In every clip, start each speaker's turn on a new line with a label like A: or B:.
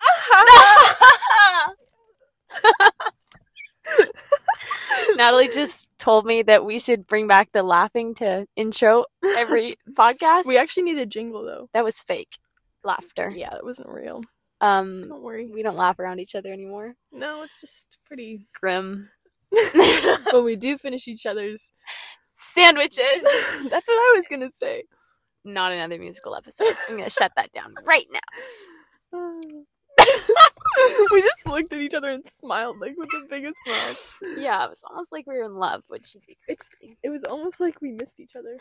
A: Natalie just told me that we should bring back the laughing to intro every podcast.
B: We actually need a jingle though.
A: that was fake laughter.
B: Yeah, that wasn't real.
A: Um,
B: Don't worry.
A: we don't laugh around each other anymore.
B: No, it's just pretty.
A: Grim
B: but we do finish each other's.
A: sandwiches.
B: That's what I was gonna say.
A: Not another musical episode. I'm gonna shut that down right now.
B: we just looked at each other and smiled like with the biggest smile.
A: Yeah, it was almost like we were in love, which would be
B: It's- It was almost like we missed each other.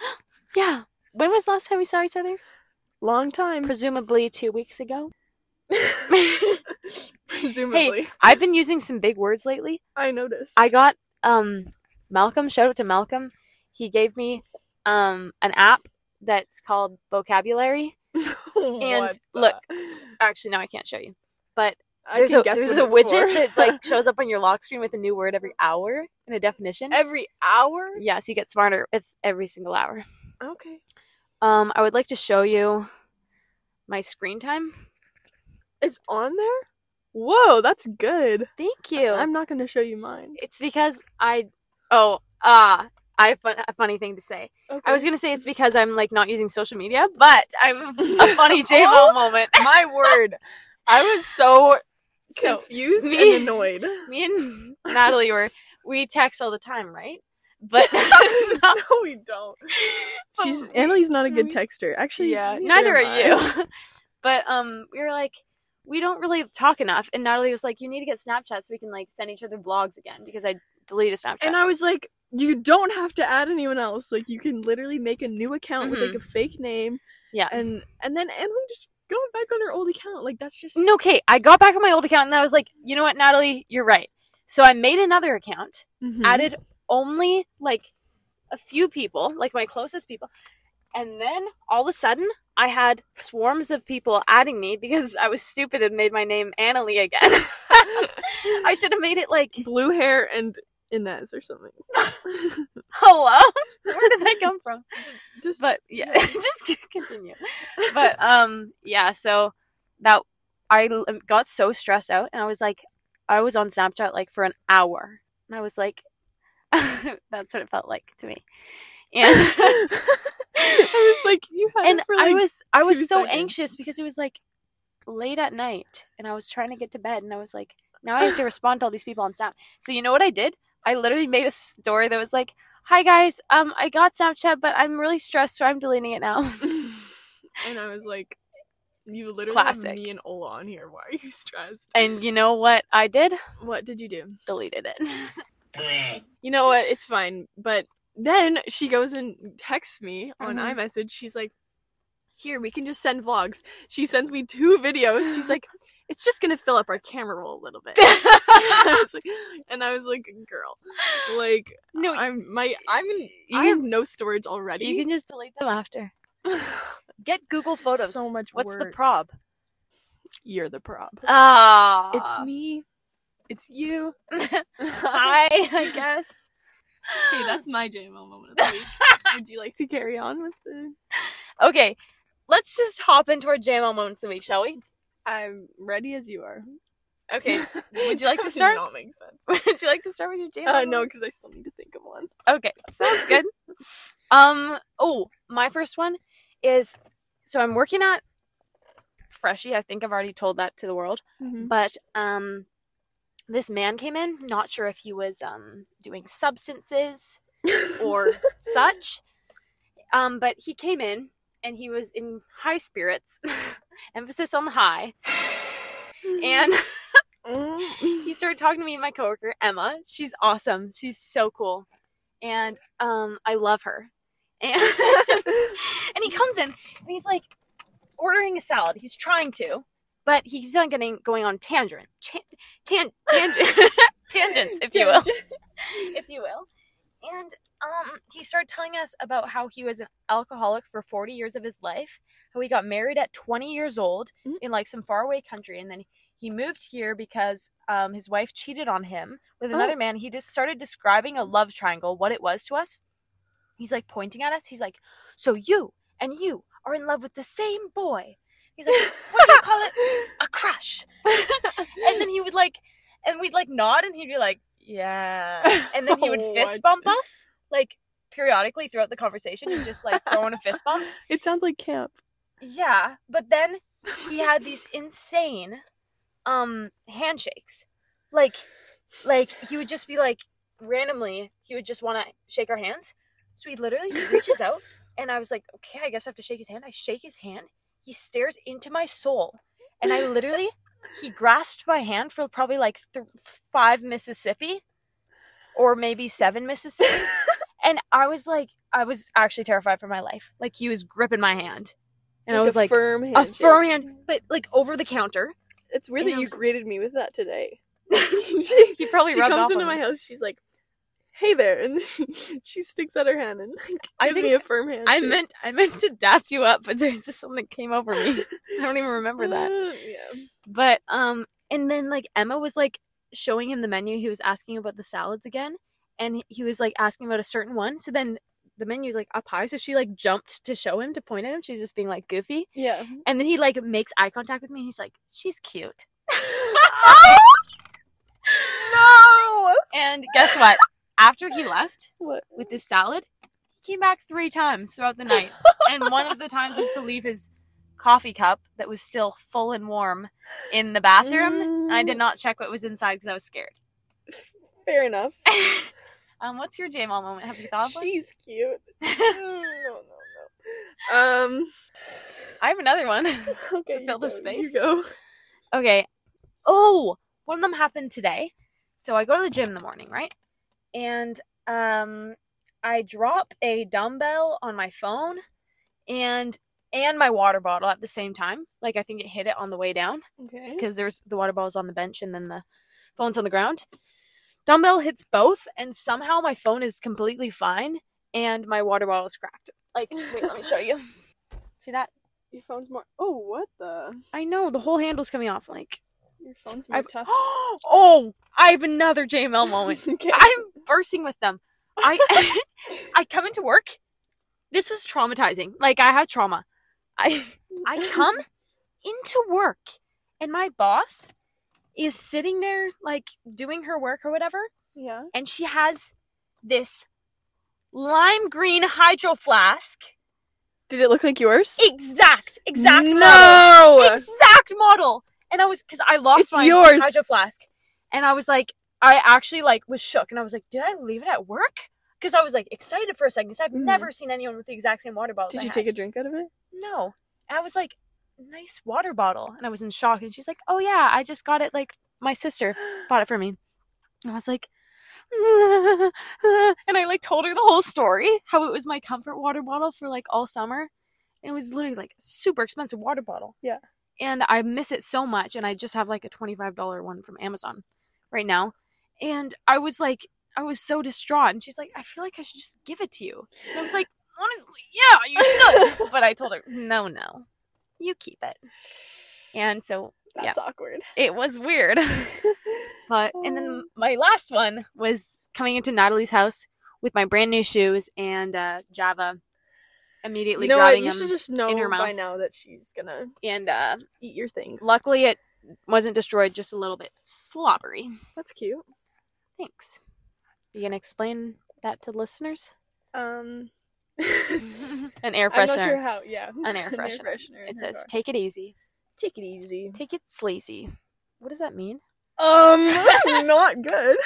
A: yeah. When was the last time we saw each other?
B: Long time.
A: Presumably two weeks ago.
B: Presumably.
A: I've been using some big words lately.
B: I noticed.
A: I got um Malcolm, shout out to Malcolm. He gave me um an app that's called Vocabulary. and look, Actually, no, I can't show you. But there's a there's a widget that like shows up on your lock screen with a new word every hour and a definition.
B: every hour.
A: yes, you get smarter. It's every single hour.
B: Okay.
A: Um I would like to show you my screen time.
B: It's on there? Whoa, that's good.
A: Thank you.
B: I'm not going to show you mine.
A: Uh, it's because I oh ah I have fun, a funny thing to say.
B: Okay.
A: I was gonna say it's because I'm like not using social media, but I'm a funny J-Mo
B: Oh
A: moment.
B: My word. I was so
A: So,
B: confused
A: me-
B: and annoyed.
A: Me and Natalie were we text all the time, right? But
B: no, we don't. She's Annalie's not a good texter. Actually,
A: yeah, neither
B: am I.
A: are you. but um, we were like, we don't really talk enough, and Natalie was like, you need to get Snapchat so we can like send each other vlogs again because I deleted Snapchat.
B: And I was like, you don't have to add anyone else. Like you can literally make a new account with like a fake name
A: yeah.
B: and and then Annalie just going back on her old account. Like that's just
A: No, Kate, I got back on my old account and I was like, you know what, Natalie, you're right. So I made another account.
B: Mhm.
A: added only like a few people, like my closest people. And then all of a sudden, I had swarms of people adding me because I was stupid and made my name Annalie again. I should have made it like,
B: blue hair and Inez or something.
A: hello? Where did that come from?
B: Just
A: But yeah, just continue. But um, yeah, so that I l- um, got so stressed out and I was like, I was on Snapchat like for an hour. And I was like, that's what it felt like to me. And.
B: I was like, you had
A: and
B: it for
A: I
B: like
A: was I was
B: two
A: so
B: seconds.
A: anxious because it was like late at night and I was trying to get to bed and I was like now I have to respond to all these people on Snap. So you know what I did? I literally made a story that was like, "Hi guys, um I got Snapchat but I'm really stressed so I'm deleting it now."
B: and I was like, you literally
A: Classic.
B: have me and Ola on here. Why are you stressed?
A: and you know what I did?
B: What did you do?
A: Deleted it.
B: You know what? It's fine. But then she goes and texts me on
A: Mhm.
B: iMessage. She's like, here, we can just send vlogs. She sends me two videos. She's like, it's just going to fill up our camera roll a little bit. I was like, and I was like, girl, like
A: no,
B: I'm my I'm in,
A: You
B: I
A: can-
B: have no storage already.
A: you can just delete them after. Get Google Photos.
B: So much
A: What's the
B: work.
A: prob?
B: You're the prob.
A: Ah.
B: it's me. It's you. Hey,
A: Hi, I guess.
B: that's my JMO moment of the week. Would you like to carry on with the?
A: Okay, let's just hop into our JMO moments of the week, shall we?
B: I'm ready as you are.
A: Okay, would you like to start?
B: Not make sense.
A: would you like to start with your JMO?
B: Uh, no,
A: moment?
B: because I still need to think of one.
A: Okay, sounds good. um. Oh, my first one is so I'm working at Freshie. I think I've already told that to the world,
B: Mm-hmm.
A: but um, this man came in. Not sure if he was um doing substances or such. Um, but he came in and he was in high spirits, emphasis on the high, and he started talking to me and my coworker Emma. She's awesome. She's so cool, and um, I love her. And and he comes in and he's like ordering a salad. He's trying to, but he's not getting going on tangent, chan tan, tangent, tangents, if you will, if you will. And um, he started telling us about how he was an alcoholic for 40 years of his life, how he got married at 20 years old
B: Mhm.
A: in like some faraway country, and then he moved here because um, his wife cheated on him with
B: Oh.
A: another man. He just started describing a love triangle, what it was to us. He's like pointing at us. He's like, "So you and you are in love with the same boy." He's like, "What do you call it? A crush?" and then he would like, and we'd like nod, and he'd be like, yeah. And then he would
B: What?
A: fist bump us, like periodically throughout the conversation. He'd just like throw in a fist bump.
B: It sounds like camp.
A: Yeah. But then he had these insane um handshakes. Like like he would just be like randomly, he would just wanna shake our hands. So he literally he reaches out and I was like, Okay, I guess I have to shake his hand. I shake his hand, he stares into my soul, and I literally he grasped my hand for probably like th- five Mississippi or maybe seven Mississippi. and I was like, I was actually terrified for my life. Like he was gripping my hand. And I was
B: a
A: like,
B: firm
A: a
B: handshake.
A: firm hand, but like over the counter.
B: It's weird
A: And
B: that
A: I
B: you
A: was-
B: greeted me with that today.
A: He probably
B: she
A: rubbed
B: comes
A: off
B: into
A: on
B: my
A: me.
B: house. She's like, "Hey there," and she sticks out her hand and like,
A: I
B: gives
A: think
B: me a firm hand.
A: I meant I meant to daft you up, but there just something came over me. I don't even remember that.
B: "Uh, yeah.
A: But um, and then like Emma was like showing him the menu. He was asking about the salads again, and he was like asking about a certain one. So then the menu's like up high, so she like jumped to show him to point at him. She's just being like goofy,
B: Yeah.
A: and then he like makes eye contact with me. and He's like, "She's cute." Oh, uh,
B: No.
A: And guess what? After he left
B: What?
A: with his salad, he came back three times throughout the night. and one of the times was to leave his coffee cup that was still full and warm in the bathroom. And I did not check what was inside because I was scared.
B: Mm, Fair enough.
A: um, what's your Jamal moment? Have you thought of one?
B: She's cute. Mm, no, no, no. Um.
A: I have another one.
B: Okay.
A: To
B: you
A: fill the
B: go,
A: space?
B: You go.
A: Okay. Oh, one of them happened today. So I go to the gym in the morning, right? And um I drop a dumbbell on my phone and and my water bottle at the same time. Like I think it hit it on the way down
B: Okay.
A: because there's the water bottle's on the bench and then the phone's on the ground. Dumbbell hits both and somehow my phone is completely fine and my water bottle is cracked. Like wait, let me show you. See that?
B: Your phone's more. Oh, what the?
A: I know the whole handle's coming off like
B: Your phone's more
A: I've-
B: tough.
A: oh, I have another JML moment.
B: okay.
A: I'm bursting with them. I I come into work. This was traumatizing. Like I had trauma. I I come into work and my boss is sitting there like doing her work or whatever
B: Yeah.
A: and she has this lime green hydro flask.
B: Did it look like yours?
A: Exact exact model
B: No.
A: exact model. And I was because I lost
B: It's
A: my
B: yours.
A: hydro flask, and I was like, I actually like was shook, and I was like, did I leave it at work? Because I was like excited for a second, because I've
B: Mhm.
A: never seen anyone with the exact same water bottle.
B: Did you take a drink out of it?
A: No, and I was like, nice water bottle, and I was in shock. And she's like, oh yeah, I just got it. Like my sister bought it for me, and I was like. and I like told her the whole story how it was my comfort water bottle for like all summer. And it was literally like a super expensive water bottle.
B: Yeah.
A: And I miss it so much. And I just have like a $25 one from Amazon right now. And I was like, I was so distraught. And she's like, I feel like I should just give it to you. And I was like, honestly, yeah, you should. but I told her, no, no, you keep it. And so
B: That's awkward.
A: it was weird. But and then
B: Oh.
A: my last one was coming into Natalie's house with my brand new shoes and uh, Java immediately
B: you know what?
A: grabbing
B: You
A: them.
B: should just know
A: in her
B: by
A: mouth.
B: now that she's gonna
A: and uh,
B: eat your things.
A: luckily, it wasn't destroyed. Just a little bit slobbery.
B: That's cute.
A: Thanks. You gonna explain that to the listeners?
B: Um.
A: An air
B: I'm not sure
A: freshener.
B: how. Yeah.
A: An air freshener.
B: in
A: It
B: her
A: says,
B: car.
A: "Take it easy.
B: take it easy.
A: Take it sleazy." What does that mean?
B: Um. not good.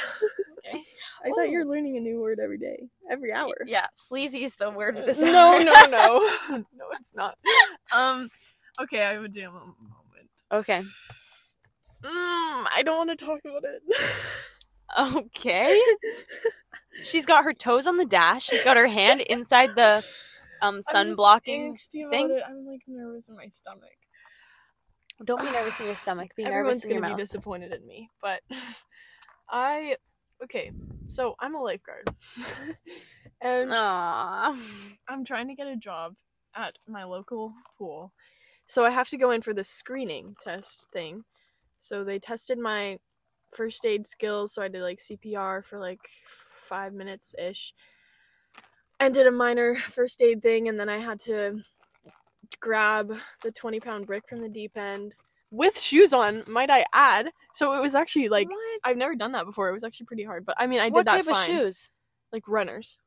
A: Okay.
B: I
A: Ooh.
B: thought you were learning a new word every day, every hour.
A: Yeah, sleazy is the word for this.
B: No,
A: hour.
B: no, no, no, it's not. Um, okay, I have a jam moment.
A: okay.
B: Mm, I don't want to talk about it.
A: Okay. She's got her toes on the dash. She's got her hand inside the um sun blocking. thing.
B: thing. I'm like nervous in my stomach.
A: Don't be nervous in your stomach. Be
B: Everyone's
A: nervous in your
B: gonna
A: mouth.
B: be disappointed in me, but I okay. So I'm a lifeguard, and
A: Aww.
B: I'm trying to get a job at my local pool. So I have to go in for the screening test thing. So they tested my first aid skills. So I did like CPR for like five minutes ish and did a minor first aid thing. And then I had to grab the 20 pound brick from the deep end, with shoes on, might I add. So it was actually like
A: what?
B: I've never done that before. It was actually pretty hard, but I mean, I did
A: Mm-hmm. what
B: that
A: type of
B: fine.
A: shoes?
B: Like runners.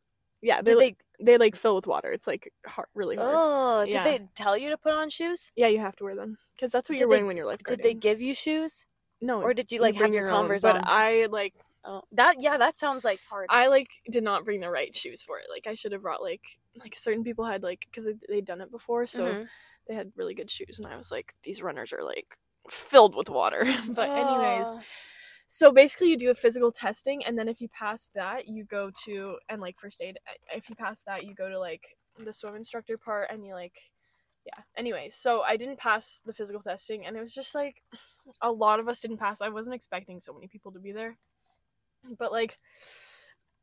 B: Yeah, they
A: Did
B: like,
A: they?
B: they like fill with water. It's like hard, really hard.
A: Oh, did
B: Yeah.
A: they tell you to put on shoes?
B: Yeah, you have to wear them because that's what
A: Did
B: you're
A: they-
B: wearing when you're
A: Did
B: lifeguarding.
A: they give you shoes,
B: No,
A: or did you like have
B: Oh, bring
A: your,
B: own,
A: Converse
B: but
A: on?
B: I like
A: oh, that yeah, that sounds like hard.
B: I like did not bring the right shoes for it. Like I should have brought like like certain people had like because they'd done it before, so
A: Mhm.
B: they had really good shoes, and I was like, these runners are like filled with water. but anyways,
A: Oh.
B: so basically you do a physical testing, and then if you pass that, you go to and like first aid. eh, If you pass that, you go to like the swim instructor part, and you like. Yeah. Anyway, so I didn't pass the physical testing, and it was just like a lot of us didn't pass. I wasn't expecting so many people to be there. But like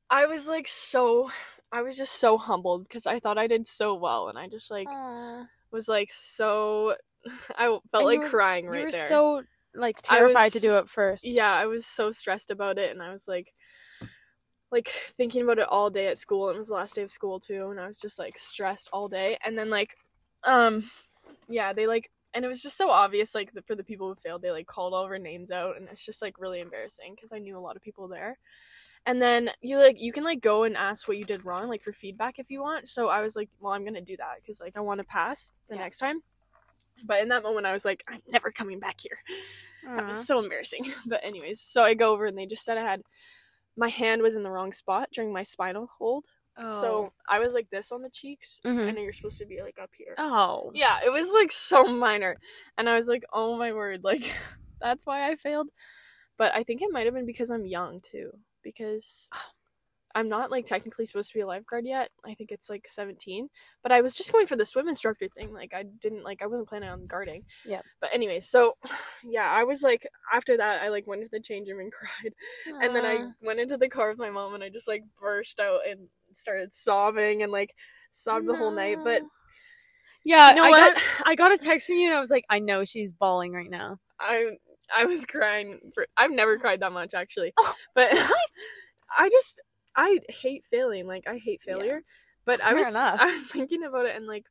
B: I was like so I was just so humbled because I thought I did so well and I just like
A: Aw.
B: was like so I felt
A: And
B: like
A: you were-
B: crying right
A: you were
B: there.
A: so like
B: I
A: terrified
B: was-
A: to do it first.
B: yeah, I was so stressed about it and I was like like thinking about it all day at school and it was the last day of school too and I was just like stressed all day and then like um yeah, they like and it was just so obvious like the, for the people who failed they like called all of our names out and it's just like really embarrassing cuz I knew a lot of people there. And then you like you can like go and ask what you did wrong like for feedback if you want. So I was like, well, I'm going to do that cuz like I want to pass the
A: Yeah.
B: next time. But in that moment I was like, I'm never coming back here. That
A: Aw.
B: was so embarrassing. But anyways, so I go over and they just said I had my hand was in the wrong spot during my spinal hold.
A: Oh.
B: So I was like this on the cheeks.
A: Mhm.
B: I know you're supposed to be like up here.
A: oh
B: Yeah, it was like so minor. And I was like, oh my word, like that's why I failed. But I think it might have been because I'm young too. Because I'm not like technically supposed to be a lifeguard yet. I think it's like 17. But I was just going for the swim instructor thing. Like I didn't like I wasn't planning on guarding.
A: Yep.
B: But anyway, so yeah, I was like after that I like went into the change room and cried. And then I
A: Aw.
B: went into the car with my mom and I just like burst out and started sobbing and like sobbed the whole night. But
A: No. yeah,
B: You know
A: I
B: what?
A: got I got a text from you and I was like, I know she's bawling right now.
B: I I was crying for I've never cried that much actually.
A: Oh,
B: but I just I hate failing. Like I hate
A: Yeah.
B: failure. But I
A: Fair
B: was
A: enough.
B: I was thinking about it and like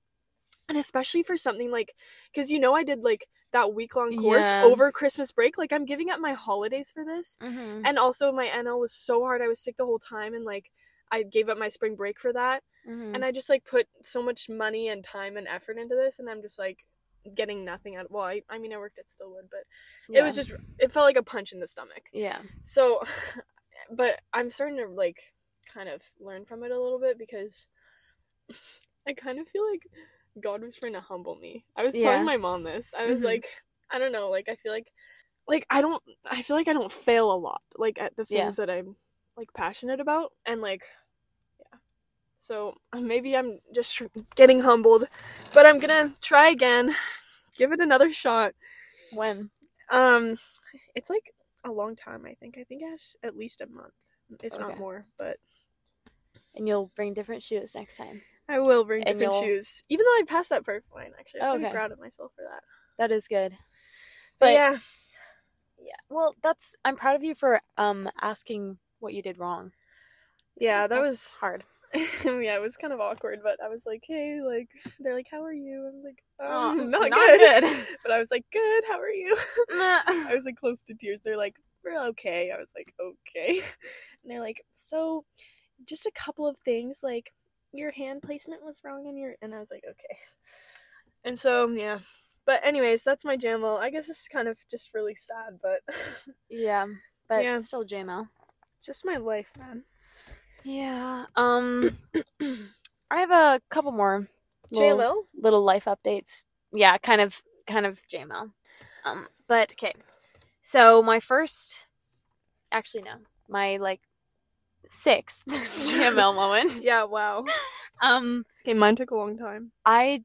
B: and especially for something like cuz you know I did like that week long course
A: Yeah.
B: over Christmas break. Like I'm giving up my holidays for this.
A: Mm-hmm.
B: And also my NL was so hard. I was sick the whole time and like I gave up my spring break for that
A: mm-hmm. Mm.
B: and I just like put so much money and time and effort into this, and I'm just like getting nothing out. Well, I, I mean, I worked at Stillwood, but it was just it felt like a punch in the stomach.
A: yeah.
B: So, but I'm starting to like kind of learn from it a little bit because I kind of feel like God was trying to humble me. I was
A: Yeah.
B: telling my mom this. I was
A: Mhm.
B: like, I don't know, like I feel like like I don't I feel like I don't fail a lot like at the
A: Yeah.
B: things that I'm like passionate about and like yeah. So, uh, maybe I'm just tr- getting humbled, but I'm going to try again. Give it another shot.
A: When
B: Um, it's like a long time. I think. I think it's at least a month, if not
A: Okay.
B: more. But
A: and you'll bring different shoes next time.
B: I will bring
A: And
B: different
A: you'll-
B: shoes, even though I passed that perfect line. Actually, I'm
A: Oh,
B: pretty
A: okay.
B: proud of myself for that.
A: That is good.
B: But,
A: But-
B: yeah,
A: Yeah. Well, that's I'm proud of you for um asking what you did wrong.
B: yeah, that
A: That's
B: was
A: hard.
B: yeah, it was kind of awkward. But I was like, hey, like they're like, how are you? I'm like,
A: Oh,
B: um, not,
A: not
B: good.
A: good.
B: but I was like, good. How are you? I
A: I
B: was like close to tears. They're like, we're okay. I was like, okay. And they're like, so just a couple of things, like your hand placement was wrong on your and I was like, okay. And so yeah. But anyways, that's my JAML. I guess this is kind of just really sad, but
A: Yeah, but
B: Yeah.
A: still JML.
B: just my life, man.
A: Yeah. Um, I have a couple more little,
B: JLL?
A: little life updates. Yeah, kind of, kind of JML. Um, but okay. So my first, actually no, my like sixth JML moment.
B: Yeah, wow.
A: Um,
B: Okay, mine took a long time.
A: I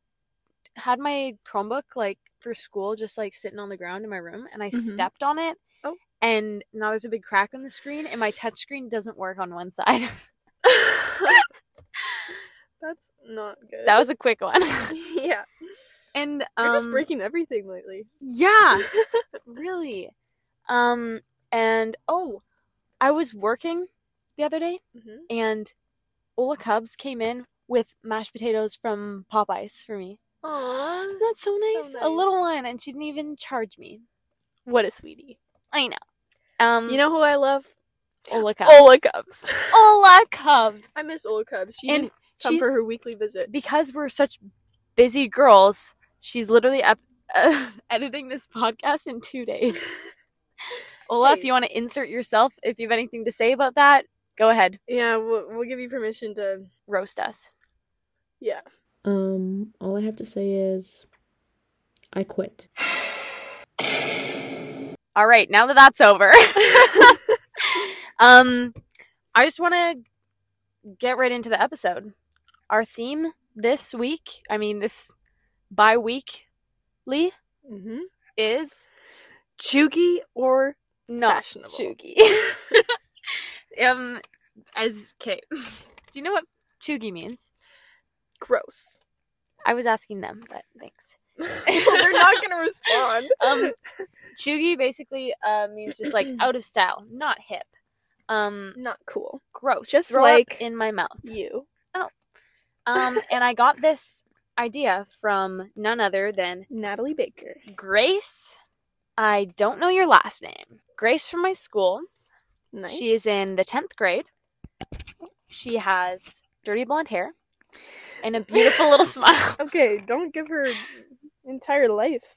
A: had my Chromebook like for school just like sitting on the ground in my room and I
B: Mhm.
A: stepped on it.
B: Oh.
A: And now there's a big crack in the screen and my touch screen doesn't work on one side.
B: that's not good.
A: that was a quick one.
B: Yeah.
A: and um
B: You're just breaking everything lately.
A: Yeah. really. Um and oh, I was working the other day
B: Mhm.
A: and Ola Cubs came in with mashed potatoes from Popeyes for me.
B: Aww.
A: Isn't that so nice? A little one, and she didn't even charge me.
B: What a sweetie.
A: I know. Um,
B: You know who I love?
A: Ola Cubs.
B: Ola Cubs.
A: Ola Cubs.
B: I miss Ola Cubs. She
A: And
B: didn't come
A: she's-
B: for her weekly visit.
A: because we're such busy girls, she's literally up uh, editing this podcast in two days. Ola, if
B: Hey.
A: you want to insert yourself, if you have anything to say about that, go ahead,
B: Yeah, we'll, we'll give you permission to.
A: roast us.
B: Yeah.
C: Um, all I have to say is I quit.
A: All right, now that that's over, um, I just want to get right into the episode. Our theme this week, I mean this bi-weekly,
B: Mm-hmm.
A: is
B: Chuggy or
A: not
B: Fashionable.
A: chuggy. um, as okay, do you know what chuggy means?
B: gross?
A: I was asking them, but thanks.
B: They're not gonna respond.
A: Um, chuggy basically uh, means just like out of style, not hip. Um,
B: not cool.
A: gross.
B: Just
A: Throw up
B: like-
A: in my mouth.
B: You.
A: Um, and I got this idea from none other than
B: Natalie Baker.
A: Grace. I don't know your last name. Grace from my school.
B: Nice.
A: She is in the 10th grade. She has dirty blonde hair and a beautiful little smile.
B: Okay, don't give her entire life.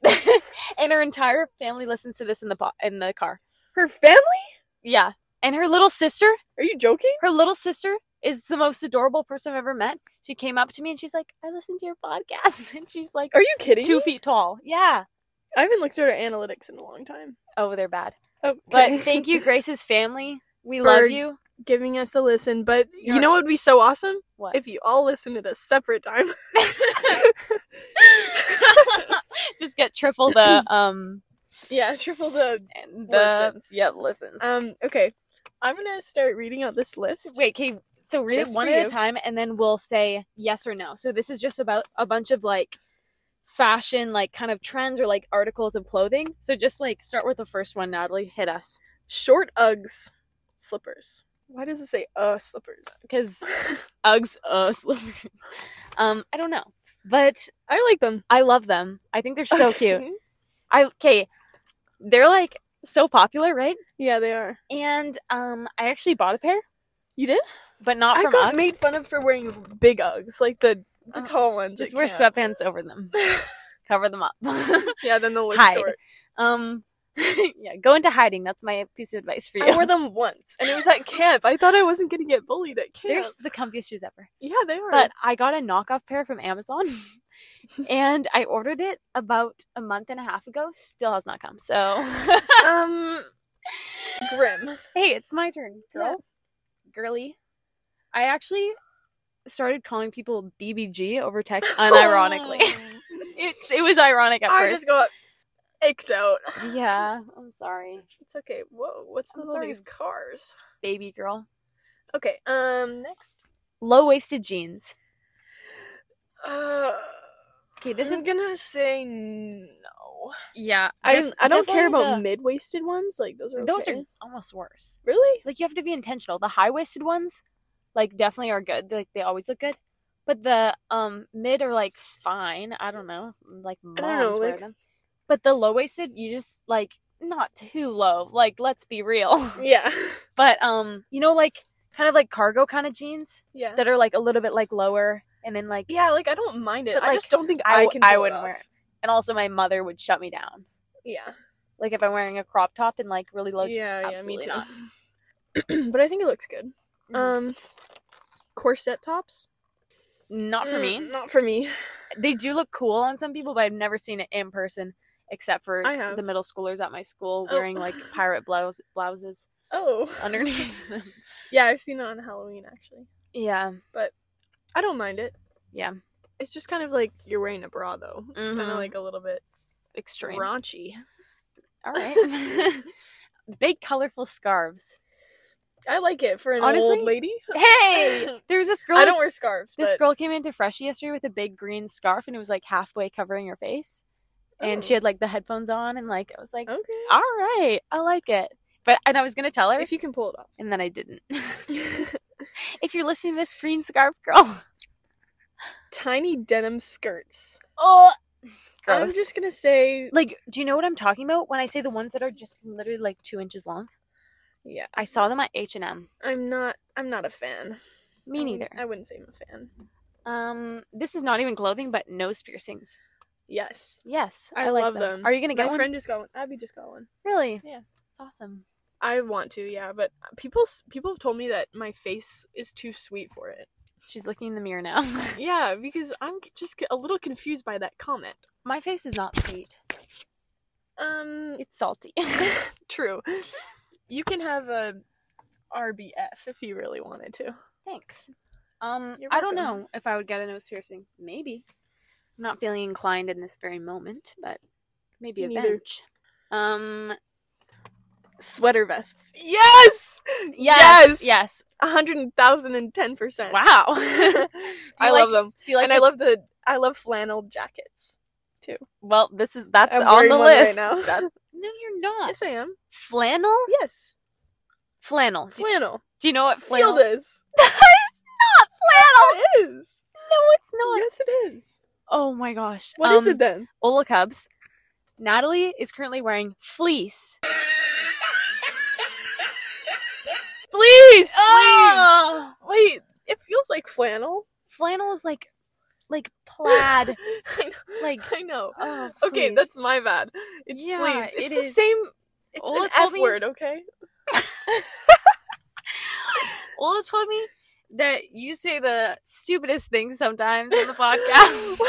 A: and her entire family listens to this in the po- in the car.
B: Her family?
A: Yeah. And her little sister,
B: Are you joking?
A: her little sister is the most adorable person I've ever met. She came up to me and she's like, "I listened to your podcast." And she's like
B: Are you kidding?
A: 2
B: me?
A: feet tall. Yeah.
B: I haven't looked at her analytics in a long time.
A: Oh, they're bad.
B: Okay.
A: But thank you Grace's family. We
B: For-
A: love you.
B: giving us a listen. But you
A: You're-
B: know what would be so awesome?
A: What?
B: If you all listened at a separate time.
A: Just get triple the um
B: yeah, triple the
A: the
B: Listens.
A: yeah, listens.
B: Um, okay. I'm gonna start reading out this list.
A: Wait, Kate. So read it
B: Just
A: one
B: for
A: at a
B: you.
A: time, and then we'll say yes or no. So this is just about a bunch of like fashion, like kind of trends or like articles of clothing. So just like start with the first one, Natalie. Hit us
B: Short Uggs slippers. Why does it say uh slippers?
A: because Uggs, uh, slippers. Um, I don't know, but
B: I like them.
A: I love them. I think they're so cute. I okay, they're like so popular, right?
B: Yeah, they are.
A: And um, I actually bought a pair,
B: You did?
A: but not
B: I
A: from
B: got
A: Uggs.
B: made fun of for wearing big Uggs, like the the
A: Oh.
B: tall ones.
A: just
B: that
A: wear
B: can't.
A: sweatpants over them, cover them up.
B: yeah, then they'll look
A: Hide.
B: short.
A: Um, yeah, go into hiding. That's my piece of advice for you.
B: I wore them once, and it was at camp. I thought I wasn't gonna get bullied at camp.
A: They're s- the comfiest shoes ever.
B: Yeah, they are.
A: But I got a knockoff pair from Amazon, and I ordered it about a month and a half ago. Still has not come. So,
B: um, grim.
A: hey, it's my turn,
B: Girl.
A: girl, girly. I actually started calling people BBG over text, unironically. it's it was ironic at
B: Oh. I
A: first.
B: just got icked out.
A: yeah, I'm sorry,
B: It's okay. Whoa, what's with
A: I'm
B: all
A: sorry.
B: these cars?
A: baby girl.
B: Okay. Um. Next.
A: Low waisted jeans.
B: Uh.
A: Okay, this
B: I'm
A: is
B: gonna say no.
A: yeah.
B: I I don't care about
A: the-
B: mid waisted ones. Like those are
A: Those are
B: okay.
A: almost worse.
B: really.
A: Like you have to be intentional. The high waisted ones, like definitely are good. Like they always look good. But the um mid are like fine. I don't know. Like moms
B: don't know,
A: wear
B: like-
A: them. But the low waisted, you just like not too low. Like let's be real.
B: Yeah.
A: but um, you know, like kind of like cargo kind of jeans
B: Yeah.
A: that are like a little bit like lower, and then like
B: yeah. Like I don't mind it.
A: But,
B: I
A: like,
B: just don't think
A: I
B: I,
A: w-
B: can.
A: I
B: pull
A: wouldn't
B: off.
A: wear it. and also my mother would shut me down.
B: Yeah.
A: Like if I'm wearing a crop top and like really low. jeans.
B: yeah. Yeah. Me
A: absolutely Mm-hmm.
B: too. but I think it looks good. Um. Corset tops.
A: not for me.
B: Mm, Not for me.
A: they do look cool on some people, but I've never seen it in person except for
B: I have.
A: the middle schoolers at my school
B: Oh.
A: wearing like pirate blouse blouses
B: Oh.
A: underneath. them.
B: yeah, I've seen it on Halloween actually.
A: yeah,
B: I don't mind it.
A: yeah,
B: It's just kind of like you're wearing a bra though. It's kind
A: Mhm.
B: of like a little bit
A: extreme.
B: raunchy.
A: All right, big colorful scarves.
B: I like it for an
A: Honestly,
B: old lady.
A: Hey, there's this girl.
B: I don't wear scarves,
A: this
B: but
A: girl came into Fresh yesterday with a big green scarf, and it was like halfway covering her face,
B: Oh.
A: and she had like the headphones on, and like I was like,
B: okay.
A: all right, I like it. But and I was gonna tell her,
B: If you can pull it off.
A: and then I didn't. if you're listening to this, green scarf girl.
B: Tiny denim skirts.
A: Oh,
B: I'm
A: gross.
B: just gonna say
A: Like, do you know what I'm talking about when I say the ones that are just literally like two inches long?
B: Yeah.
A: I saw them at H and M.
B: I'm not I'm not a fan. I
A: Me
B: wouldn't-
A: neither.
B: Um, I wouldn't say I'm a fan.
A: Um, this is not even clothing, but nose piercings.
B: Yes.
A: Yes,
B: I
A: I, like
B: love
A: them.
B: them.
A: Are you gonna get
B: My
A: one?
B: friend just got one. Abby just got one.
A: Really?
B: Yeah.
A: it's awesome.
B: I want to, yeah, but people s- people have told me that my face is too sweet for it.
A: She's looking in the mirror now.
B: Yeah, because I'm c- just c- a little confused by that comment.
A: My face is not sweet.
B: Um,
A: It's salty.
B: true. You can have a RBF if you really wanted to.
A: Thanks. Um,
B: You're
A: I don't
B: welcome.
A: know if I would get a nose piercing. Maybe. I'm not feeling inclined in this very moment, but maybe
B: Me
A: a
B: neither.
A: bench. Um,
B: Sweater vests. Yes.
A: yes, yes.
B: Yes! A hundred thousand and ten percent.
A: Wow.
B: I
A: you like-
B: love them,
A: Do you like?
B: and I
A: the-
B: love the I love flannel jackets.
A: well, this is that's
B: I'm
A: on
B: wearing
A: the
B: one right
A: list.
B: now.
A: That- no, you're not.
B: Yes, I am.
A: Flannel.
B: Yes,
A: Flannel. Do,
B: flannel.
A: do you know what
B: Feel
A: flannel?
B: this.
A: flannel.
B: It is.
A: No, it's not.
B: Yes, it is.
A: Oh my gosh.
B: What is it then?
A: Ola Cubs. Natalie is currently wearing fleece.
B: Please,
A: Oh!
B: Wait, it feels like flannel.
A: Flannel is like, like plaid.
B: I know.
A: Like-
B: I know.
A: Oh,
B: okay,
A: please.
B: that's my bad. It's
A: Yeah,
B: please. It's
A: it
B: the
A: is.
B: same. It's
A: Ola
B: an
A: told
B: F
A: me-
B: word. Okay.
A: Ola told me that you say the stupidest things sometimes on the podcast.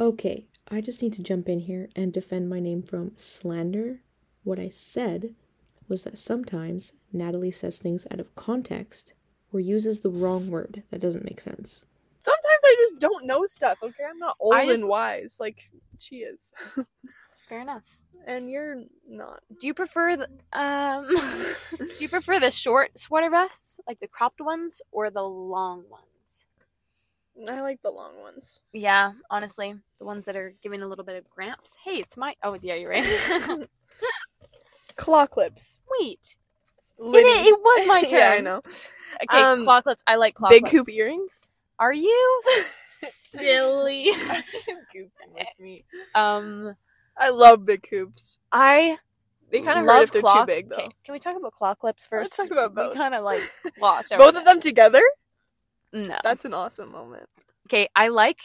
C: Okay, I just need to jump in here and defend my name from slander. What I said was that sometimes Natalie says things out of context or uses the wrong word that doesn't make sense.
B: Sometimes I just don't know stuff. Okay, I'm not old
A: I just-
B: and wise like she is,
A: Fair enough.
B: and you're not.
A: Do you prefer the um? do you prefer the short sweater vests, like the cropped ones, or the long ones?
B: I like the long ones.
A: Yeah, honestly, the ones that are giving a little bit of gramps. Hey, it's my. Oh, yeah, you're right.
B: Claw clips.
A: Wait, it,
B: Liddy.
A: it was my turn.
B: yeah, I know.
A: Okay,
B: Um,
A: claw clips. I like claw
B: Big
A: clips.
B: hoop earrings.
A: Are you silly?
B: Goofy with me.
A: um,
B: I love big hoops.
A: I
B: They kind of
A: love
B: hurt if they're
A: claw-
B: too big, though.
A: Okay, can we talk about claw clips
B: Let's
A: first?
B: talk about both.
A: We kind of like lost.
B: Both of them together?
A: them. No.
B: That's an awesome moment.
A: okay, I like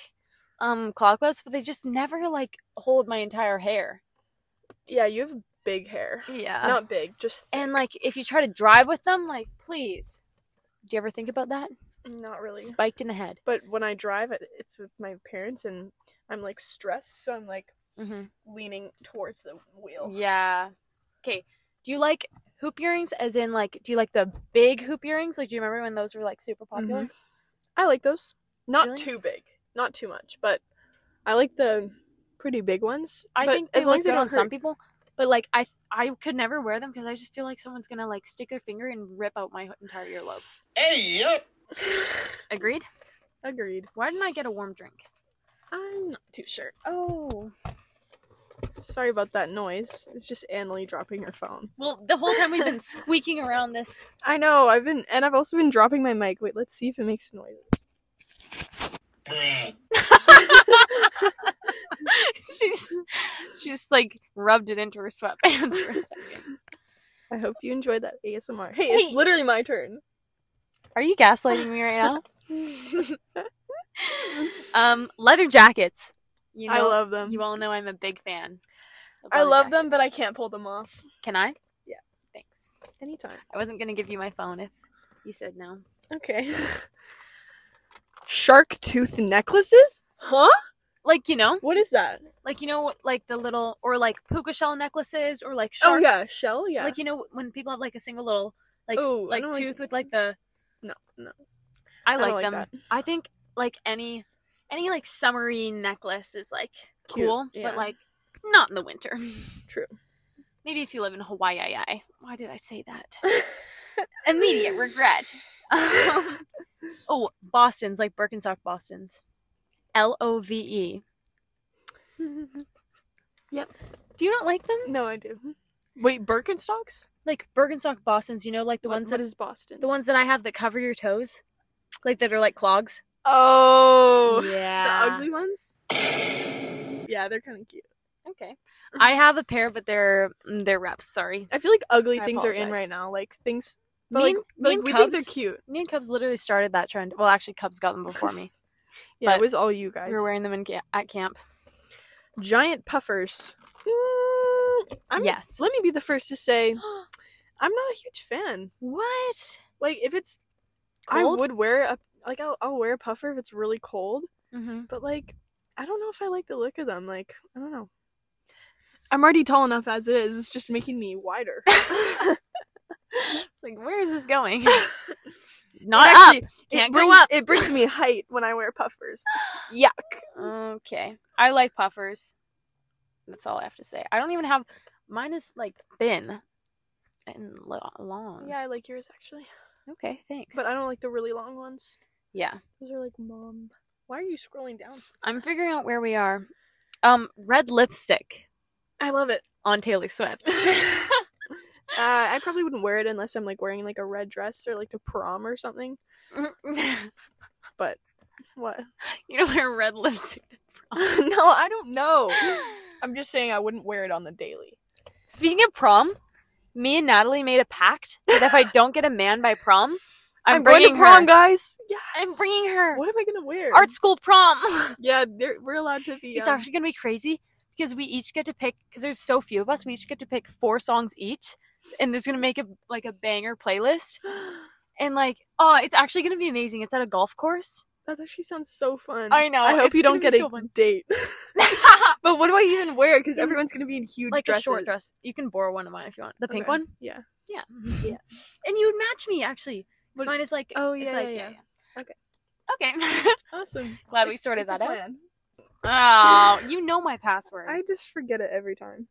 A: um claw clips, but they just never like hold my entire hair.
B: Yeah, you have big hair.
A: Yeah.
B: Not big, just
A: And like, if you try to drive with them, like, please. Do you ever think about that?
B: not really.
A: Spiked in the head.
B: But when I drive, it- it's with my parents, and I'm like stressed, so I'm like
A: Mm-hmm.
B: leaning towards the wheel.
A: Yeah. Okay. Do you like hoop earrings? As in, like, do you like the big hoop earrings? Like, do you remember when those were like super popular?
B: Mhm. I like those. Not
A: Really?
B: too big, not too much, but I like the pretty big ones.
A: I
B: but
A: think
B: as long as they
A: good
B: don't
A: on some
B: hurt-
A: people, but like I I could never wear them because I just feel like someone's gonna like stick their finger and rip out my entire earlobe.
D: Hey, yup.
A: Agreed.
B: Agreed.
A: Why didn't I get a warm drink?
B: I'm not too sure.
A: Oh,
B: Sorry about that noise. It's just Annalie dropping her phone.
A: well, the whole time we've been squeaking around this.
B: I know. I've been, and I've also been dropping my mic. Wait, let's see if it makes noises.
D: Bruh.
A: she just she just like rubbed it into her sweatpants for a second.
B: I hope you enjoyed that ASMR. Hey, it's
A: Hey.
B: literally my turn.
A: Are you gaslighting me right now? um, leather jackets. You know,
B: I love them.
A: You all know I'm a big fan. of
B: I
A: leather
B: love them, but
A: jackets.
B: I can't pull them off.
A: can I?
B: Yeah.
A: Thanks.
B: Anytime.
A: I wasn't gonna give you my phone if you said no.
B: Okay. Shark tooth necklaces? Huh?
A: Like you know,
B: What is that?
A: like you know, like the little or like puka shell necklaces or like shark.
B: Oh yeah, shell. Yeah.
A: Like you know when people have like a single little like
B: Ooh, I
A: like
B: don't like-
A: tooth with like the.
B: no, no.
A: I
B: I
A: like
B: don't like
A: them.
B: that.
A: I think like any any like summery necklace is like
B: Cute,
A: cool,
B: yeah.
A: but like not in the winter.
B: True.
A: Maybe if you live in Hawaii. I. Why did I say that? Immediate regret. Um, oh, Boston's like Birkenstock Boston's. L O V E.
B: Yep.
A: Do you not like them?
B: no, I do. Wait, Birkenstocks?
A: Like Birkenstock Boston's, you know, like the
B: What-
A: ones
B: what
A: that
B: is Boston?
A: the ones that I have that cover your toes, like that are like clogs.
B: Oh,
A: yeah.
B: the ugly ones. yeah, they're kind of cute.
A: Okay. I have a pair, but they're mm, they're reps. Sorry.
B: I feel like ugly
A: I
B: things are in
A: apologize.
B: right now. Like things, but
A: Me
B: like,
A: and- me
B: but, like,
A: and
B: we think they're
A: Cubs.
B: cute.
A: Me and Cubs literally started that trend. Well, actually, Cubs got them before me.
B: Yeah,
A: But
B: it was all you guys.
A: we were wearing them in ca- at camp.
B: giant puffers. Mm, I'm,
A: yes.
B: Let me be the first to say I'm not a huge fan.
A: what?
B: Like if it's
A: Cold?
B: I would wear a like I'll, I'll wear a puffer if it's really cold,
A: Mm-hmm.
B: but like I don't know if I like the look of them. Like I don't know. I'm already tall enough as it is. It's just making me wider.
A: It's like, where is this going?
B: It
A: Not
B: actually-
A: up. Can't
B: it
A: go
B: brings,
A: up.
B: It brings me height when I wear puffers. Yuck.
A: Okay. I like puffers. That's all I have to say. I don't even have mine is like thin and lo- long.
B: Yeah, I like yours actually,
A: Okay, thanks.
B: but I don't like the really long ones.
A: yeah.
B: Those are like mom. Why are you scrolling down? so-
A: I'm figuring out where we are. Um, red lipstick
B: I love it.
A: on Taylor Swift.
B: Uh, I probably wouldn't wear it unless I'm like wearing like a red dress or like to prom or something.
A: you
B: But what?
A: don't wear red lipstick. to prom.
B: no, I don't know. I'm just saying I wouldn't wear it on the daily.
A: Speaking of prom, me and Natalie made a pact that if I don't get a man by prom, I'm, bringing
B: going to prom,
A: her.
B: guys. Yes.
A: I'm bringing her.
B: What am I gonna wear?
A: Art school prom.
B: Yeah, they're, we're allowed to be.
A: It's
B: um,
A: actually gonna be crazy because we each get to pick because there's so few of us. We each get to pick four songs each, and there's gonna make a like a banger playlist. And like, oh, it's actually gonna be amazing. It's at a golf course.
B: that actually sounds so fun.
A: I know,
B: I hope
A: it's
B: you don't
A: gonna
B: get
A: be
B: a
A: so fun.
B: date. but what do I even wear? Because
A: Mm.
B: everyone's gonna be in huge
A: like
B: dresses.
A: a short dress. You can borrow one of mine if you want. The pink
B: Okay.
A: one?
B: Yeah.
A: Yeah. Yeah. and you would match me actually. 'Cause
B: What-
A: mine is like
B: Oh,
A: it's
B: yeah,
A: like,
B: yeah, yeah.
A: Okay. Okay.
B: Awesome.
A: Glad we
B: It's-
A: sorted
B: it's a
A: that out.
B: plan.
A: Oh, you know my password.
B: I just forget it every time.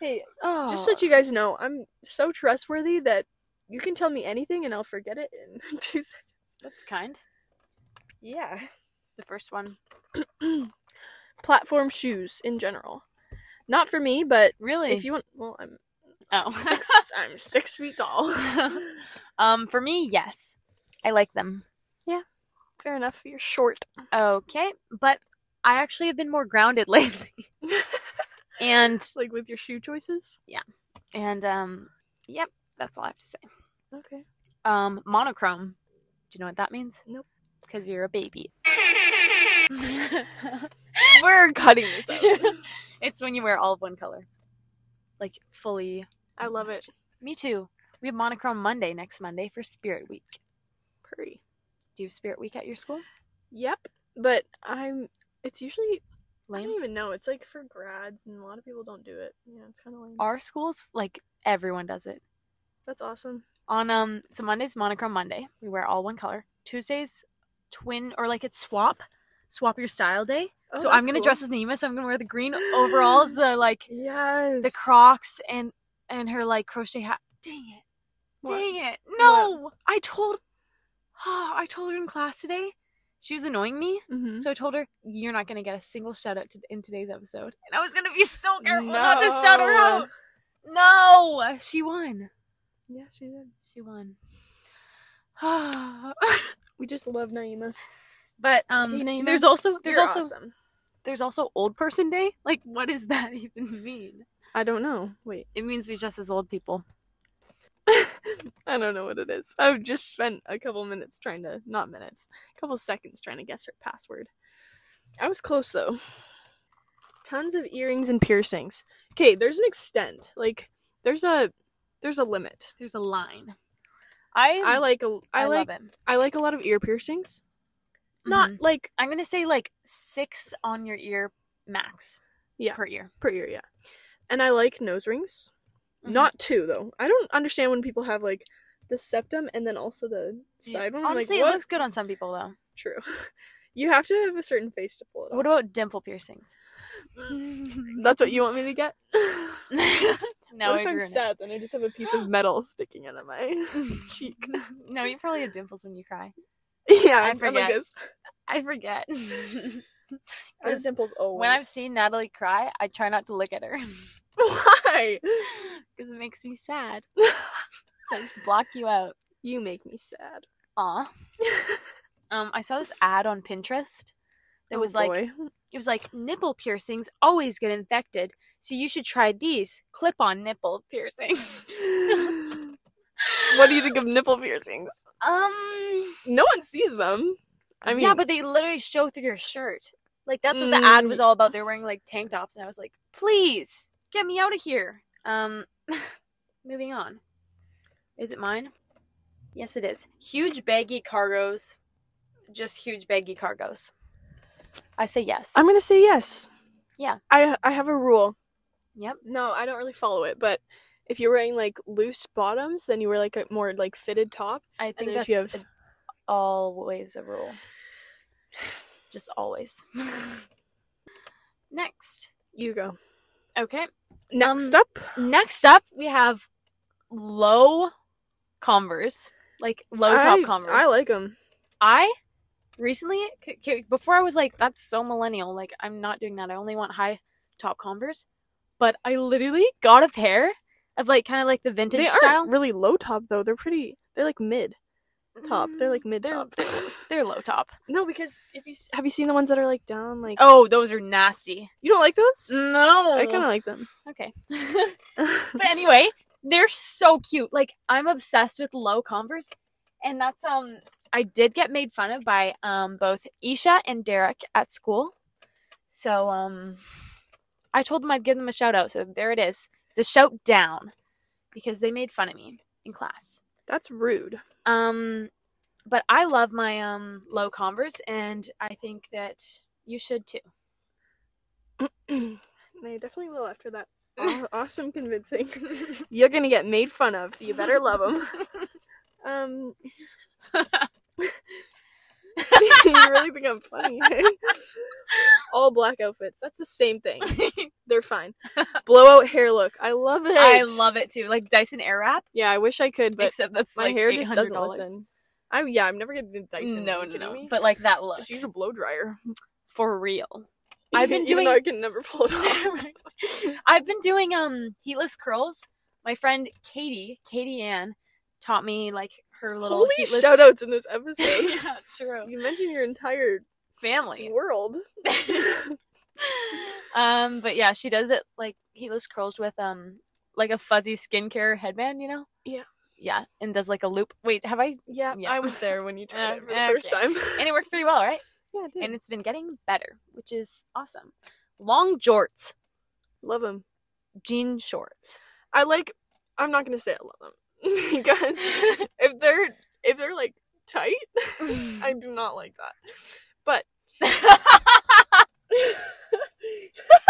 B: Hey,
A: oh.
B: Just to let you guys know, I'm so trustworthy that you can tell me anything and I'll forget it in two seconds.
A: That's kind.
B: Yeah.
A: The first one.
B: Platform shoes in general. Not for me, but
A: Really?
B: if you want, well, I'm
A: oh.
B: six. I'm six feet tall.
A: um for me, yes. I like them.
B: Fair enough. You're short.
A: Okay. But I actually have been more grounded lately. and
B: like with your shoe choices.
A: and um yep, that's all I have to say.
B: Okay.
A: Um monochrome. Do you know what that means?
B: Nope.
A: Cuz you're a baby.
B: We're cutting this out.
A: it's when you wear all of one color. Like fully.
B: I love it.
A: Me too. We have monochrome Monday next Monday for Spirit Week.
B: Pretty.
A: Do you have Spirit Week at your school?
B: Yep. But I'm. It's usually. I
A: Lame.
B: don't even know. It's like for grads, and a lot of people don't do it. Yeah, it's kind of lame.
A: Our schools, like everyone does it.
B: That's awesome.
A: On um so Monday's monochrome Monday. We wear all one color. Tuesday's twin or like it's swap. Swap your style day.
B: Oh,
A: so I'm
B: that's
A: gonna
B: cool.
A: dress as Nima, so I'm gonna wear the green overalls, the like
B: Yes.
A: the Crocs and and her like crochet hat. Dang it!
B: What?
A: Dang it! No, I told. Oh, I told her in class today. She was annoying me,
B: Mhm.
A: so I told her you're not gonna get a single shout out to, in today's episode, and I was gonna be so careful not to shout her
B: No.
A: out. No, she won.
B: Yeah, she did.
A: She won.
B: We just love Naima.
A: but um,
B: Hey, Naima,
A: there's also there's
B: You're
A: also
B: awesome.
A: there's also old person day. Like, what does that even mean?
B: I don't know. Wait.
A: It means we just as old people.
B: I don't know what it is. I've just spent a couple minutes trying to not minutes, a couple seconds trying to guess her password. I was close though. Tons of earrings and piercings. Okay, there's an extent. Like there's a there's a limit.
A: There's a line. I
B: I like a I, like
A: love it.
B: I like a lot of ear piercings. Not
A: Mhm.
B: like
A: I'm gonna say like six on your ear max.
B: Yeah.
A: Per ear.
B: per ear, yeah. And I like nose rings.
A: Mhm.
B: Not two though. I don't understand when people have like the septum and then also the
A: Yeah.
B: side one. I'm
A: Honestly,
B: like, what?
A: it looks good on some people though.
B: True. You have to have a certain face to pull it
A: What
B: off.
A: about dimple piercings?
B: That's what you want me to get?
A: no,
B: what if
A: I
B: I'm
A: ruined it.
B: sad then I just have a piece of metal sticking out of my cheek?
A: no, you probably have dimples when you cry.
B: Yeah,
A: I
B: I'm, I'm
A: forget.
B: like this.
A: I forget.
B: I have
A: Because
B: dimples always.
A: when I've seen Natalie cry, I try not to look at her
B: Why?
A: because it makes me sad. So I just block you out.
B: you make me sad.
A: Aw. Um, I saw this ad on Pinterest that
B: Oh,
A: was like
B: boy.
A: it was like nipple piercings always get infected, so you should try these clip-on nipple piercings.
B: what do you think of nipple piercings?
A: Um,
B: No one sees them. I mean,
A: yeah, but they literally show through your shirt. Like that's what the ad
B: Mm.
A: was all about. They're wearing like tank tops, and I was like, please get me out of here. Um, moving on. Is it mine? Yes, it is. Huge baggy cargos, just huge baggy cargos. I say yes.
B: I'm gonna say yes.
A: Yeah.
B: I I have a rule.
A: yep.
B: No, I don't really follow it, but if you're wearing like loose bottoms, then you wear like a more like fitted top.
A: I think
B: then
A: that's
B: if you have-
A: a- always a rule. Just always. Next.
B: You go.
A: Okay.
B: Next
A: Um,
B: up,
A: Next up, we have low Converse, like low top
B: I-
A: Converse.
B: I like them.
A: I recently, c- c- before I was like, that's so millennial. Like, I'm not doing that. I only want high top Converse. But I literally got a pair of like kind of like the vintage
B: They aren't
A: style.
B: really low top though. They're pretty. They're like mid top. They're like mid
A: they're,
B: top.
A: they're they're low top.
B: no, because if you s- have you seen the ones that are like down, like
A: Oh, those are nasty.
B: you don't like those?
A: No,
B: I kind of like them.
A: okay. but anyway, they're so cute. Like I'm obsessed with low Converse, and that's um I did get made fun of by um both Isha and Derek at school. So um I told them I'd give them a shout out. So there it is. It's a shout down because they made fun of me in class.
B: That's rude.
A: Um but I love my um low Converse and I think that you should too.
B: no, you definitely will after that. Aw- awesome convincing. You're gonna get made fun of. You better love them. Um, you really think I'm funny? eh? All black outfits. That's the same thing. They're fine. Blowout hair look. I love it.
A: I love it too. Like Dyson Airwrap,
B: Yeah, I wish I could, but
A: except that's
B: my
A: like
B: hair just doesn't
A: $800.
B: listen. I yeah, I'm never getting the Dyson.
A: no,
B: Are you
A: no, no.
B: kidding me?
A: But like that look
B: just use a blow dryer.
A: for real. I've been
B: Even
A: doing-
B: though I can never pull it off.
A: I've been doing um heatless curls. My friend Katie, Katie Ann, taught me like her little
B: Holy
A: heatless.
B: shout outs in this episode.
A: yeah, it's true.
B: You mentioned your entire
A: Family.
B: world.
A: um, but yeah, she does it like heatless curls with um like a fuzzy skincare headband, you know?
B: Yeah.
A: Yeah, and does like a loop. Wait, have I?
B: Yeah,
A: Yeah. Uh,
B: I was there when you tried it for the
A: Okay.
B: first time.
A: And it worked pretty well, right?
B: yeah, I did.
A: And it's been getting better, which is awesome. Long jorts,
B: love them.
A: jean shorts.
B: I like. I'm not gonna say I love them because if they're if they're like tight, I do not like that. But
A: Mm-hmm.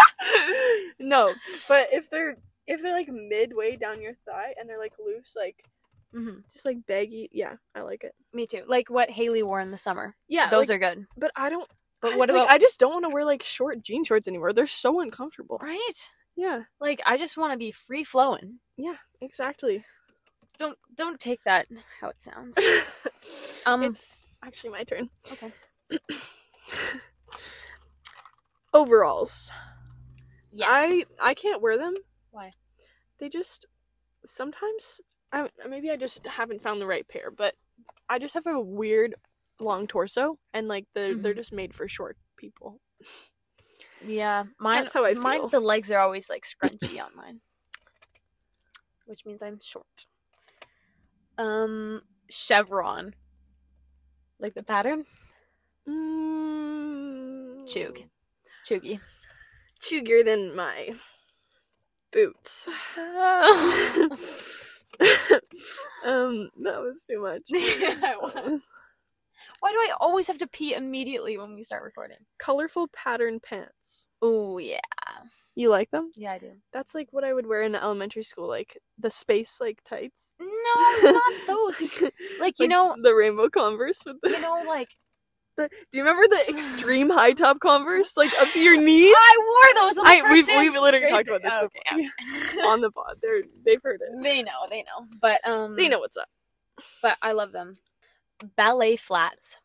B: no, but if they're if they're like midway down your thigh and they're like loose, like
A: hmm
B: just like baggy, yeah, I like it.
A: Me too. Like what Haley wore in the summer.
B: Yeah,
A: Those are good.
B: But I don't.
A: But
B: I-
A: what
B: like,
A: about
B: I just don't want to wear like short jean shorts anymore. They're so uncomfortable.
A: right?
B: Yeah,
A: Like I just want to be free flowing.
B: yeah, exactly.
A: Don't don't take that how it sounds. Um,
B: um, it's actually my turn.
A: Okay.
B: Overalls.
A: Yes.
B: I I can't wear them.
A: Why?
B: They just sometimes I maybe I just haven't found the right pair, but I just have a weird long torso and like the they're
A: Mhm.
B: just made for short people.
A: yeah. Mine.
B: That's how I
A: Mine.
B: feel.
A: The legs are always like scrunchy on mine, which means I'm short. Um, chevron. Like the pattern,
B: Mm,
A: Chug. chuggy.
B: Chugier than my boots. um, that was too much.
A: I was. Why do I always have to pee immediately when we start recording?
B: Colorful pattern pants.
A: Oh yeah,
B: You like them?
A: yeah I do.
B: That's like what I would wear in elementary school, like the space like tights.
A: No, not those. Like, you know-
B: the rainbow Converse with the,
A: You know, like
B: the- Do you remember the extreme high top Converse, like up to your knees?
A: I wore those. On the
B: I-
A: first
B: we've
A: day of
B: we've literally
A: grade
B: talked
A: day.
B: about this
A: Oh,
B: before.
A: okay, okay.
B: on the pod. They're they've heard it.
A: they know, they know, but um,
B: They know what's up.
A: But I love them. Ballet flats.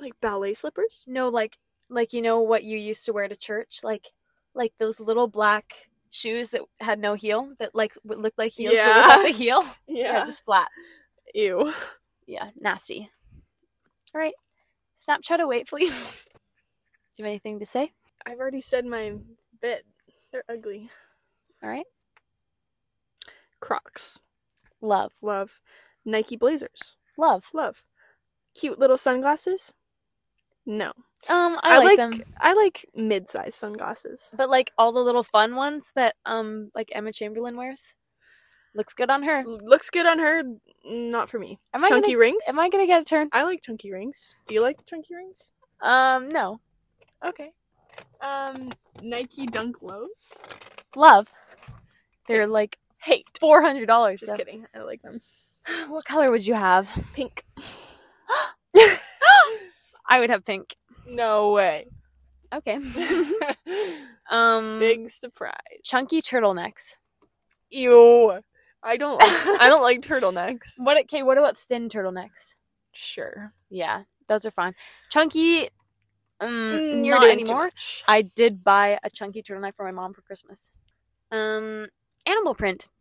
B: Like ballet slippers.
A: No, like like you know what you used to wear to church, like like those little black shoes that had no heel that like would look like heels but
B: Yeah.
A: without the heel. yeah, just flats.
B: ew.
A: Yeah, nasty. All right, Snapchat away, please. Do you have anything to say?
B: I've already said my bit. They're ugly.
A: All right.
B: Crocs.
A: Love.
B: Love. Nike Blazers.
A: Love.
B: Love. Cute little sunglasses? No.
A: Um, I, like, them.
B: I like mid-sized sunglasses.
A: But like all the little fun ones that um like Emma Chamberlain wears. Looks good on her.
B: L- Looks good on her, not for me.
A: Am I
B: chunky
A: gonna-
B: rings?
A: Am I gonna get a turn?
B: I like chunky rings. Do you like chunky rings?
A: Um, no.
B: Okay. Um Nike Dunk Lows?
A: Love. They're like
B: Hate.
A: four hundred dollars.
B: Just kidding. I like them.
A: What color would you have?
B: Pink.
A: I would have pink.
B: No way.
A: Okay. um,
B: Big surprise.
A: chunky turtlenecks.
B: Ew. I don't like I don't like turtlenecks.
A: What? Okay. What about thin turtlenecks?
B: Sure.
A: Yeah, those are fine. Chunky. Um,
B: Mm,
A: not
B: doing
A: anymore.
B: too much.
A: I did buy a chunky turtleneck for my mom for Christmas. Um, animal print.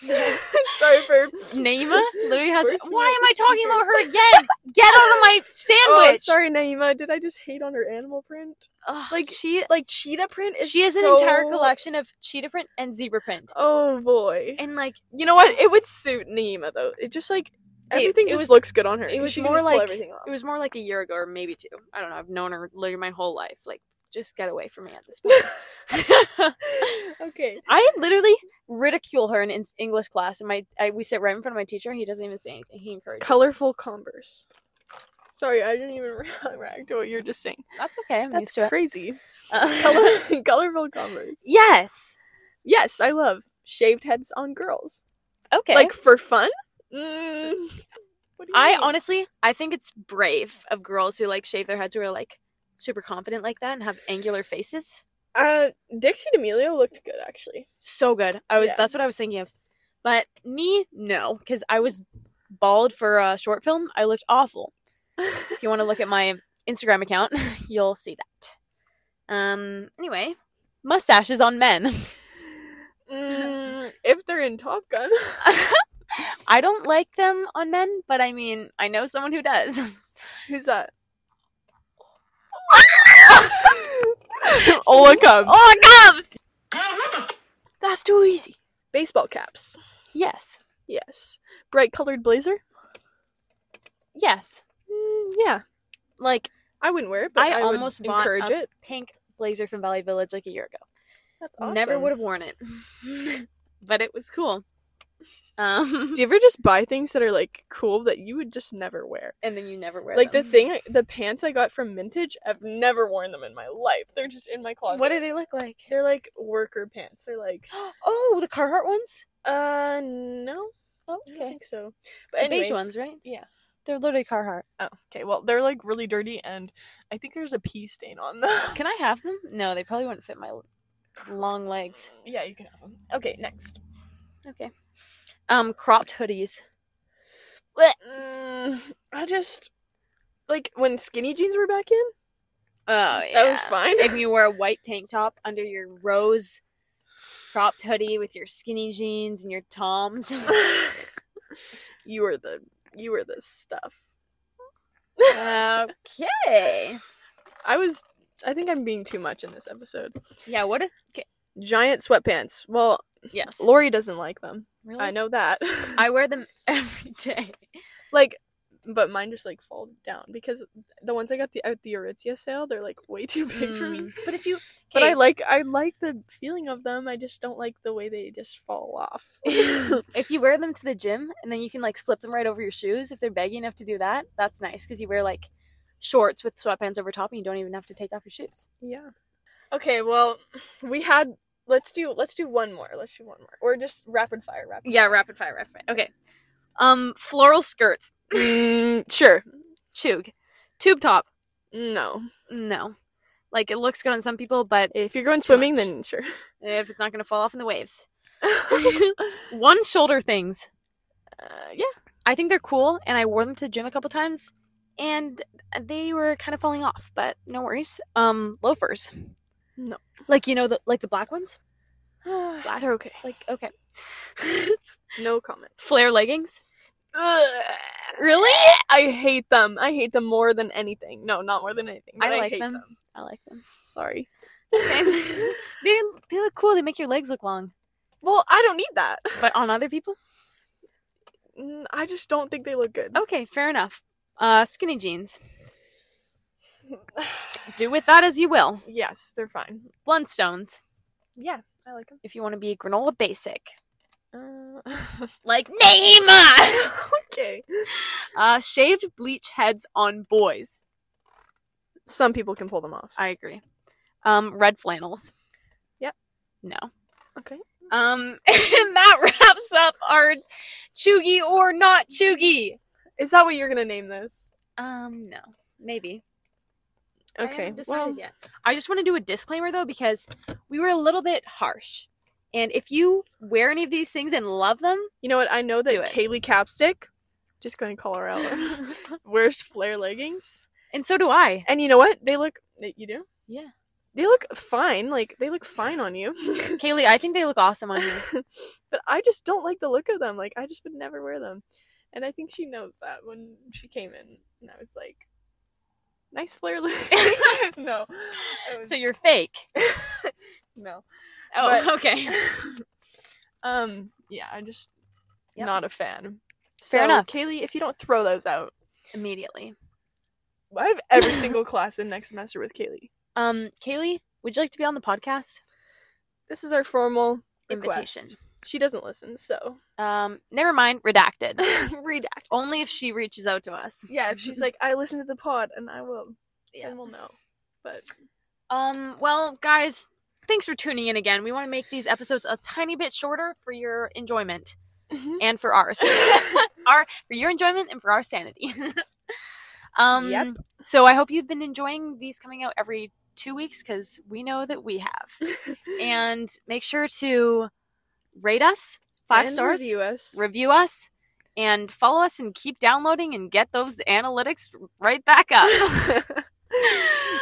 B: Sorry for
A: Naima literally has.
B: We're seeing
A: Why am I
B: the
A: talking
B: speaker.
A: about her again? Get out of my
B: Oh,
A: sandwich!
B: sorry, Naima. Did I just hate on her animal print?
A: Ugh,
B: Like,
A: she,
B: Like cheetah print is
A: she has
B: so-
A: an entire collection of cheetah print and zebra print,
B: Oh boy.
A: and like
B: you know what? It would suit Naima though. It just like
A: Okay,
B: everything
A: it
B: just
A: was-
B: looks good on her.
A: it was
B: She can
A: more
B: just pull
A: like
B: everything off.
A: it was more like a year ago or maybe two. I don't know. I've known her literally my whole life. Like, just get away from me at this point.
B: okay.
A: I literally ridicule her in, in English class, and my I, we sit right in front of my teacher, and he doesn't even say anything. He encourages.
B: Colorful Converse. Sorry, I didn't even react to what you were just saying.
A: That's okay. I'm used
B: That's
A: to it.
B: crazy.
A: Uh,
B: Color- colorful Converse.
A: yes.
B: Yes, I love shaved heads on girls.
A: Okay.
B: Like for fun? Mm. What do you
A: I
B: mean?
A: honestly, I think it's brave of girls who like shave their heads, who are like super confident like that, and have angular faces.
B: Uh, Dixie D'Amelio looked good actually.
A: so good. I was
B: Yeah.
A: that's what I was thinking of. But me, no, because I was bald for a short film. I looked awful. If you want to look at my Instagram account, you'll see that. Um. Anyway, mustaches on men.
B: Mm, if they're in Top Gun,
A: I don't like them on men, but I mean, I know someone who does.
B: who's that? Ola Cubs.
A: Oh, it comes.
B: That's too easy. Baseball caps.
A: Yes.
B: Yes. Bright colored blazer.
A: Yes.
B: Mm, yeah,
A: Like
B: I wouldn't wear it, but
A: I
B: I,
A: almost
B: would
A: bought
B: encourage
A: a-
B: it.
A: pink blazer from Valley Village like a year ago.
B: That's awesome.
A: Never would have worn it, but it was cool. Um.
B: Do you ever just buy things that are like cool that you would just never wear?
A: and then you never wear
B: Like
A: them.
B: the thing, the pants I got from Mintage, I've never worn them in my life. They're just in my closet.
A: What do they look like?
B: They're like worker pants. They're like,
A: Oh, the Carhartt ones.
B: uh, no,
A: Oh,
B: I don't
A: okay,
B: think so. But
A: the
B: anyways,
A: beige ones, right?
B: yeah.
A: they're literally Carhartt.
B: Oh, okay. Well, they're like really dirty, and I think there's a pee stain on them.
A: Can I have them? No, they probably wouldn't fit my l- long legs.
B: Yeah, you can have them. Okay, next.
A: Okay. Um, cropped hoodies.
B: Mm, I just like when skinny jeans were back in.
A: Oh yeah,
B: That was fine.
A: if you wear a white tank top under your rose cropped hoodie with your skinny jeans and your toms.
B: you were the you were the stuff.
A: okay.
B: I was. I think I'm being too much in this episode.
A: Yeah. What if? Okay.
B: Giant sweatpants. Well,
A: Yes.
B: Lori doesn't like them.
A: Really?
B: I know that.
A: I wear them every day.
B: like, but mine just like fall down because the ones I got the at the Aritzia sale, they're like way too big for me.
A: Mm, But if you,
B: But
A: okay.
B: I like I like the feeling of them. I just don't like the way they just fall off.
A: if you wear them to the gym and then you can like slip them right over your shoes if they're baggy enough to do that that's nice because you wear like shorts with sweatpants over top and you don't even have to take off your shoes
B: yeah. Okay, well, we had let's do let's do one more. Let's do one more. Or just rapid fire, rapid.
A: yeah rapid fire rapid fire okay um floral skirts
B: Mm, sure.
A: chug tube top
B: No.
A: no like it looks good on some people but
B: If you're going
A: Too
B: swimming,
A: much.
B: then sure.
A: if it's not gonna fall off in the waves
B: uh,
A: one shoulder things
B: yeah.
A: i think they're cool and i wore them to the gym a couple times and they were kind of falling off but no worries um loafers
B: No.
A: like you know the like the black ones
B: They're okay.
A: Like, okay.
B: No comment.
A: Flare leggings.
B: Ugh.
A: Really?
B: I hate them. I hate them more than anything. No, not more than anything. but
A: I like
B: hate
A: them. I like them.
B: Sorry.
A: they they look cool. They make your legs look long.
B: Well, I don't need that.
A: But on other people,
B: Mm, I just don't think they look good.
A: okay, fair enough. Uh, skinny jeans. Oh. Do with that as you will.
B: yes, they're fine.
A: Blundstones.
B: Yeah, I like them.
A: If you want to be granola basic,
B: Uh,
A: like Neymar.
B: okay.
A: uh, shaved bleach heads on boys.
B: Some people can pull them off.
A: I agree. Um, red flannels.
B: Yep.
A: No.
B: Okay.
A: Um, and that wraps up our chuggy or not chuggy.
B: Is that what you're gonna name this?
A: Um, no, maybe. I
B: Okay.
A: haven't decided
B: well,
A: yet. I just want to do a disclaimer though because we were a little bit harsh. And if you wear any of these things and love them,
B: you know what? I know
A: Do it.
B: that Kaylee Capstick, just going to Colorado, wears flare leggings,
A: and so do I.
B: and you know what? They look. You do.
A: Yeah.
B: They look fine. Like they look fine on you.
A: Kaylee, I think they look awesome on you.
B: but I just don't like the look of them. Like I just would never wear them. And I think she knows that when she came in and I was like, nice flare look. no. I was-
A: So you're fake.
B: no.
A: Oh,
B: But-
A: okay.
B: um yeah, I'm just
A: Yep.
B: not a fan.
A: Fair
B: so,
A: enough.
B: Kaylee, if you don't throw those out,
A: Immediately.
B: I have every single class in next semester with Kaylee.
A: Um, Kaylee, would you like to be on the podcast?
B: This is our formal request.
A: Invitation.
B: She doesn't listen, so
A: Um, never mind, redacted.
B: redact.
A: Only if she reaches out to us.
B: Yeah, if she's like, I listened to the pod and I will,
A: Yeah.
B: then we'll know. But
A: Um, well, guys, thanks for tuning in again. We want to make these episodes a tiny bit shorter for your enjoyment and for ours. our for your enjoyment and for our sanity. um
B: Yep.
A: so I hope you've been enjoying these coming out every 2 weeks cuz we know that we have. and make sure to rate us 5
B: And
A: stars,
B: Review us.
A: review us and follow us and keep downloading and get those analytics right back up.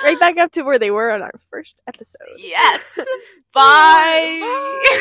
B: right back up to where they were on our first episode.
A: Yes. Bye.
B: Bye.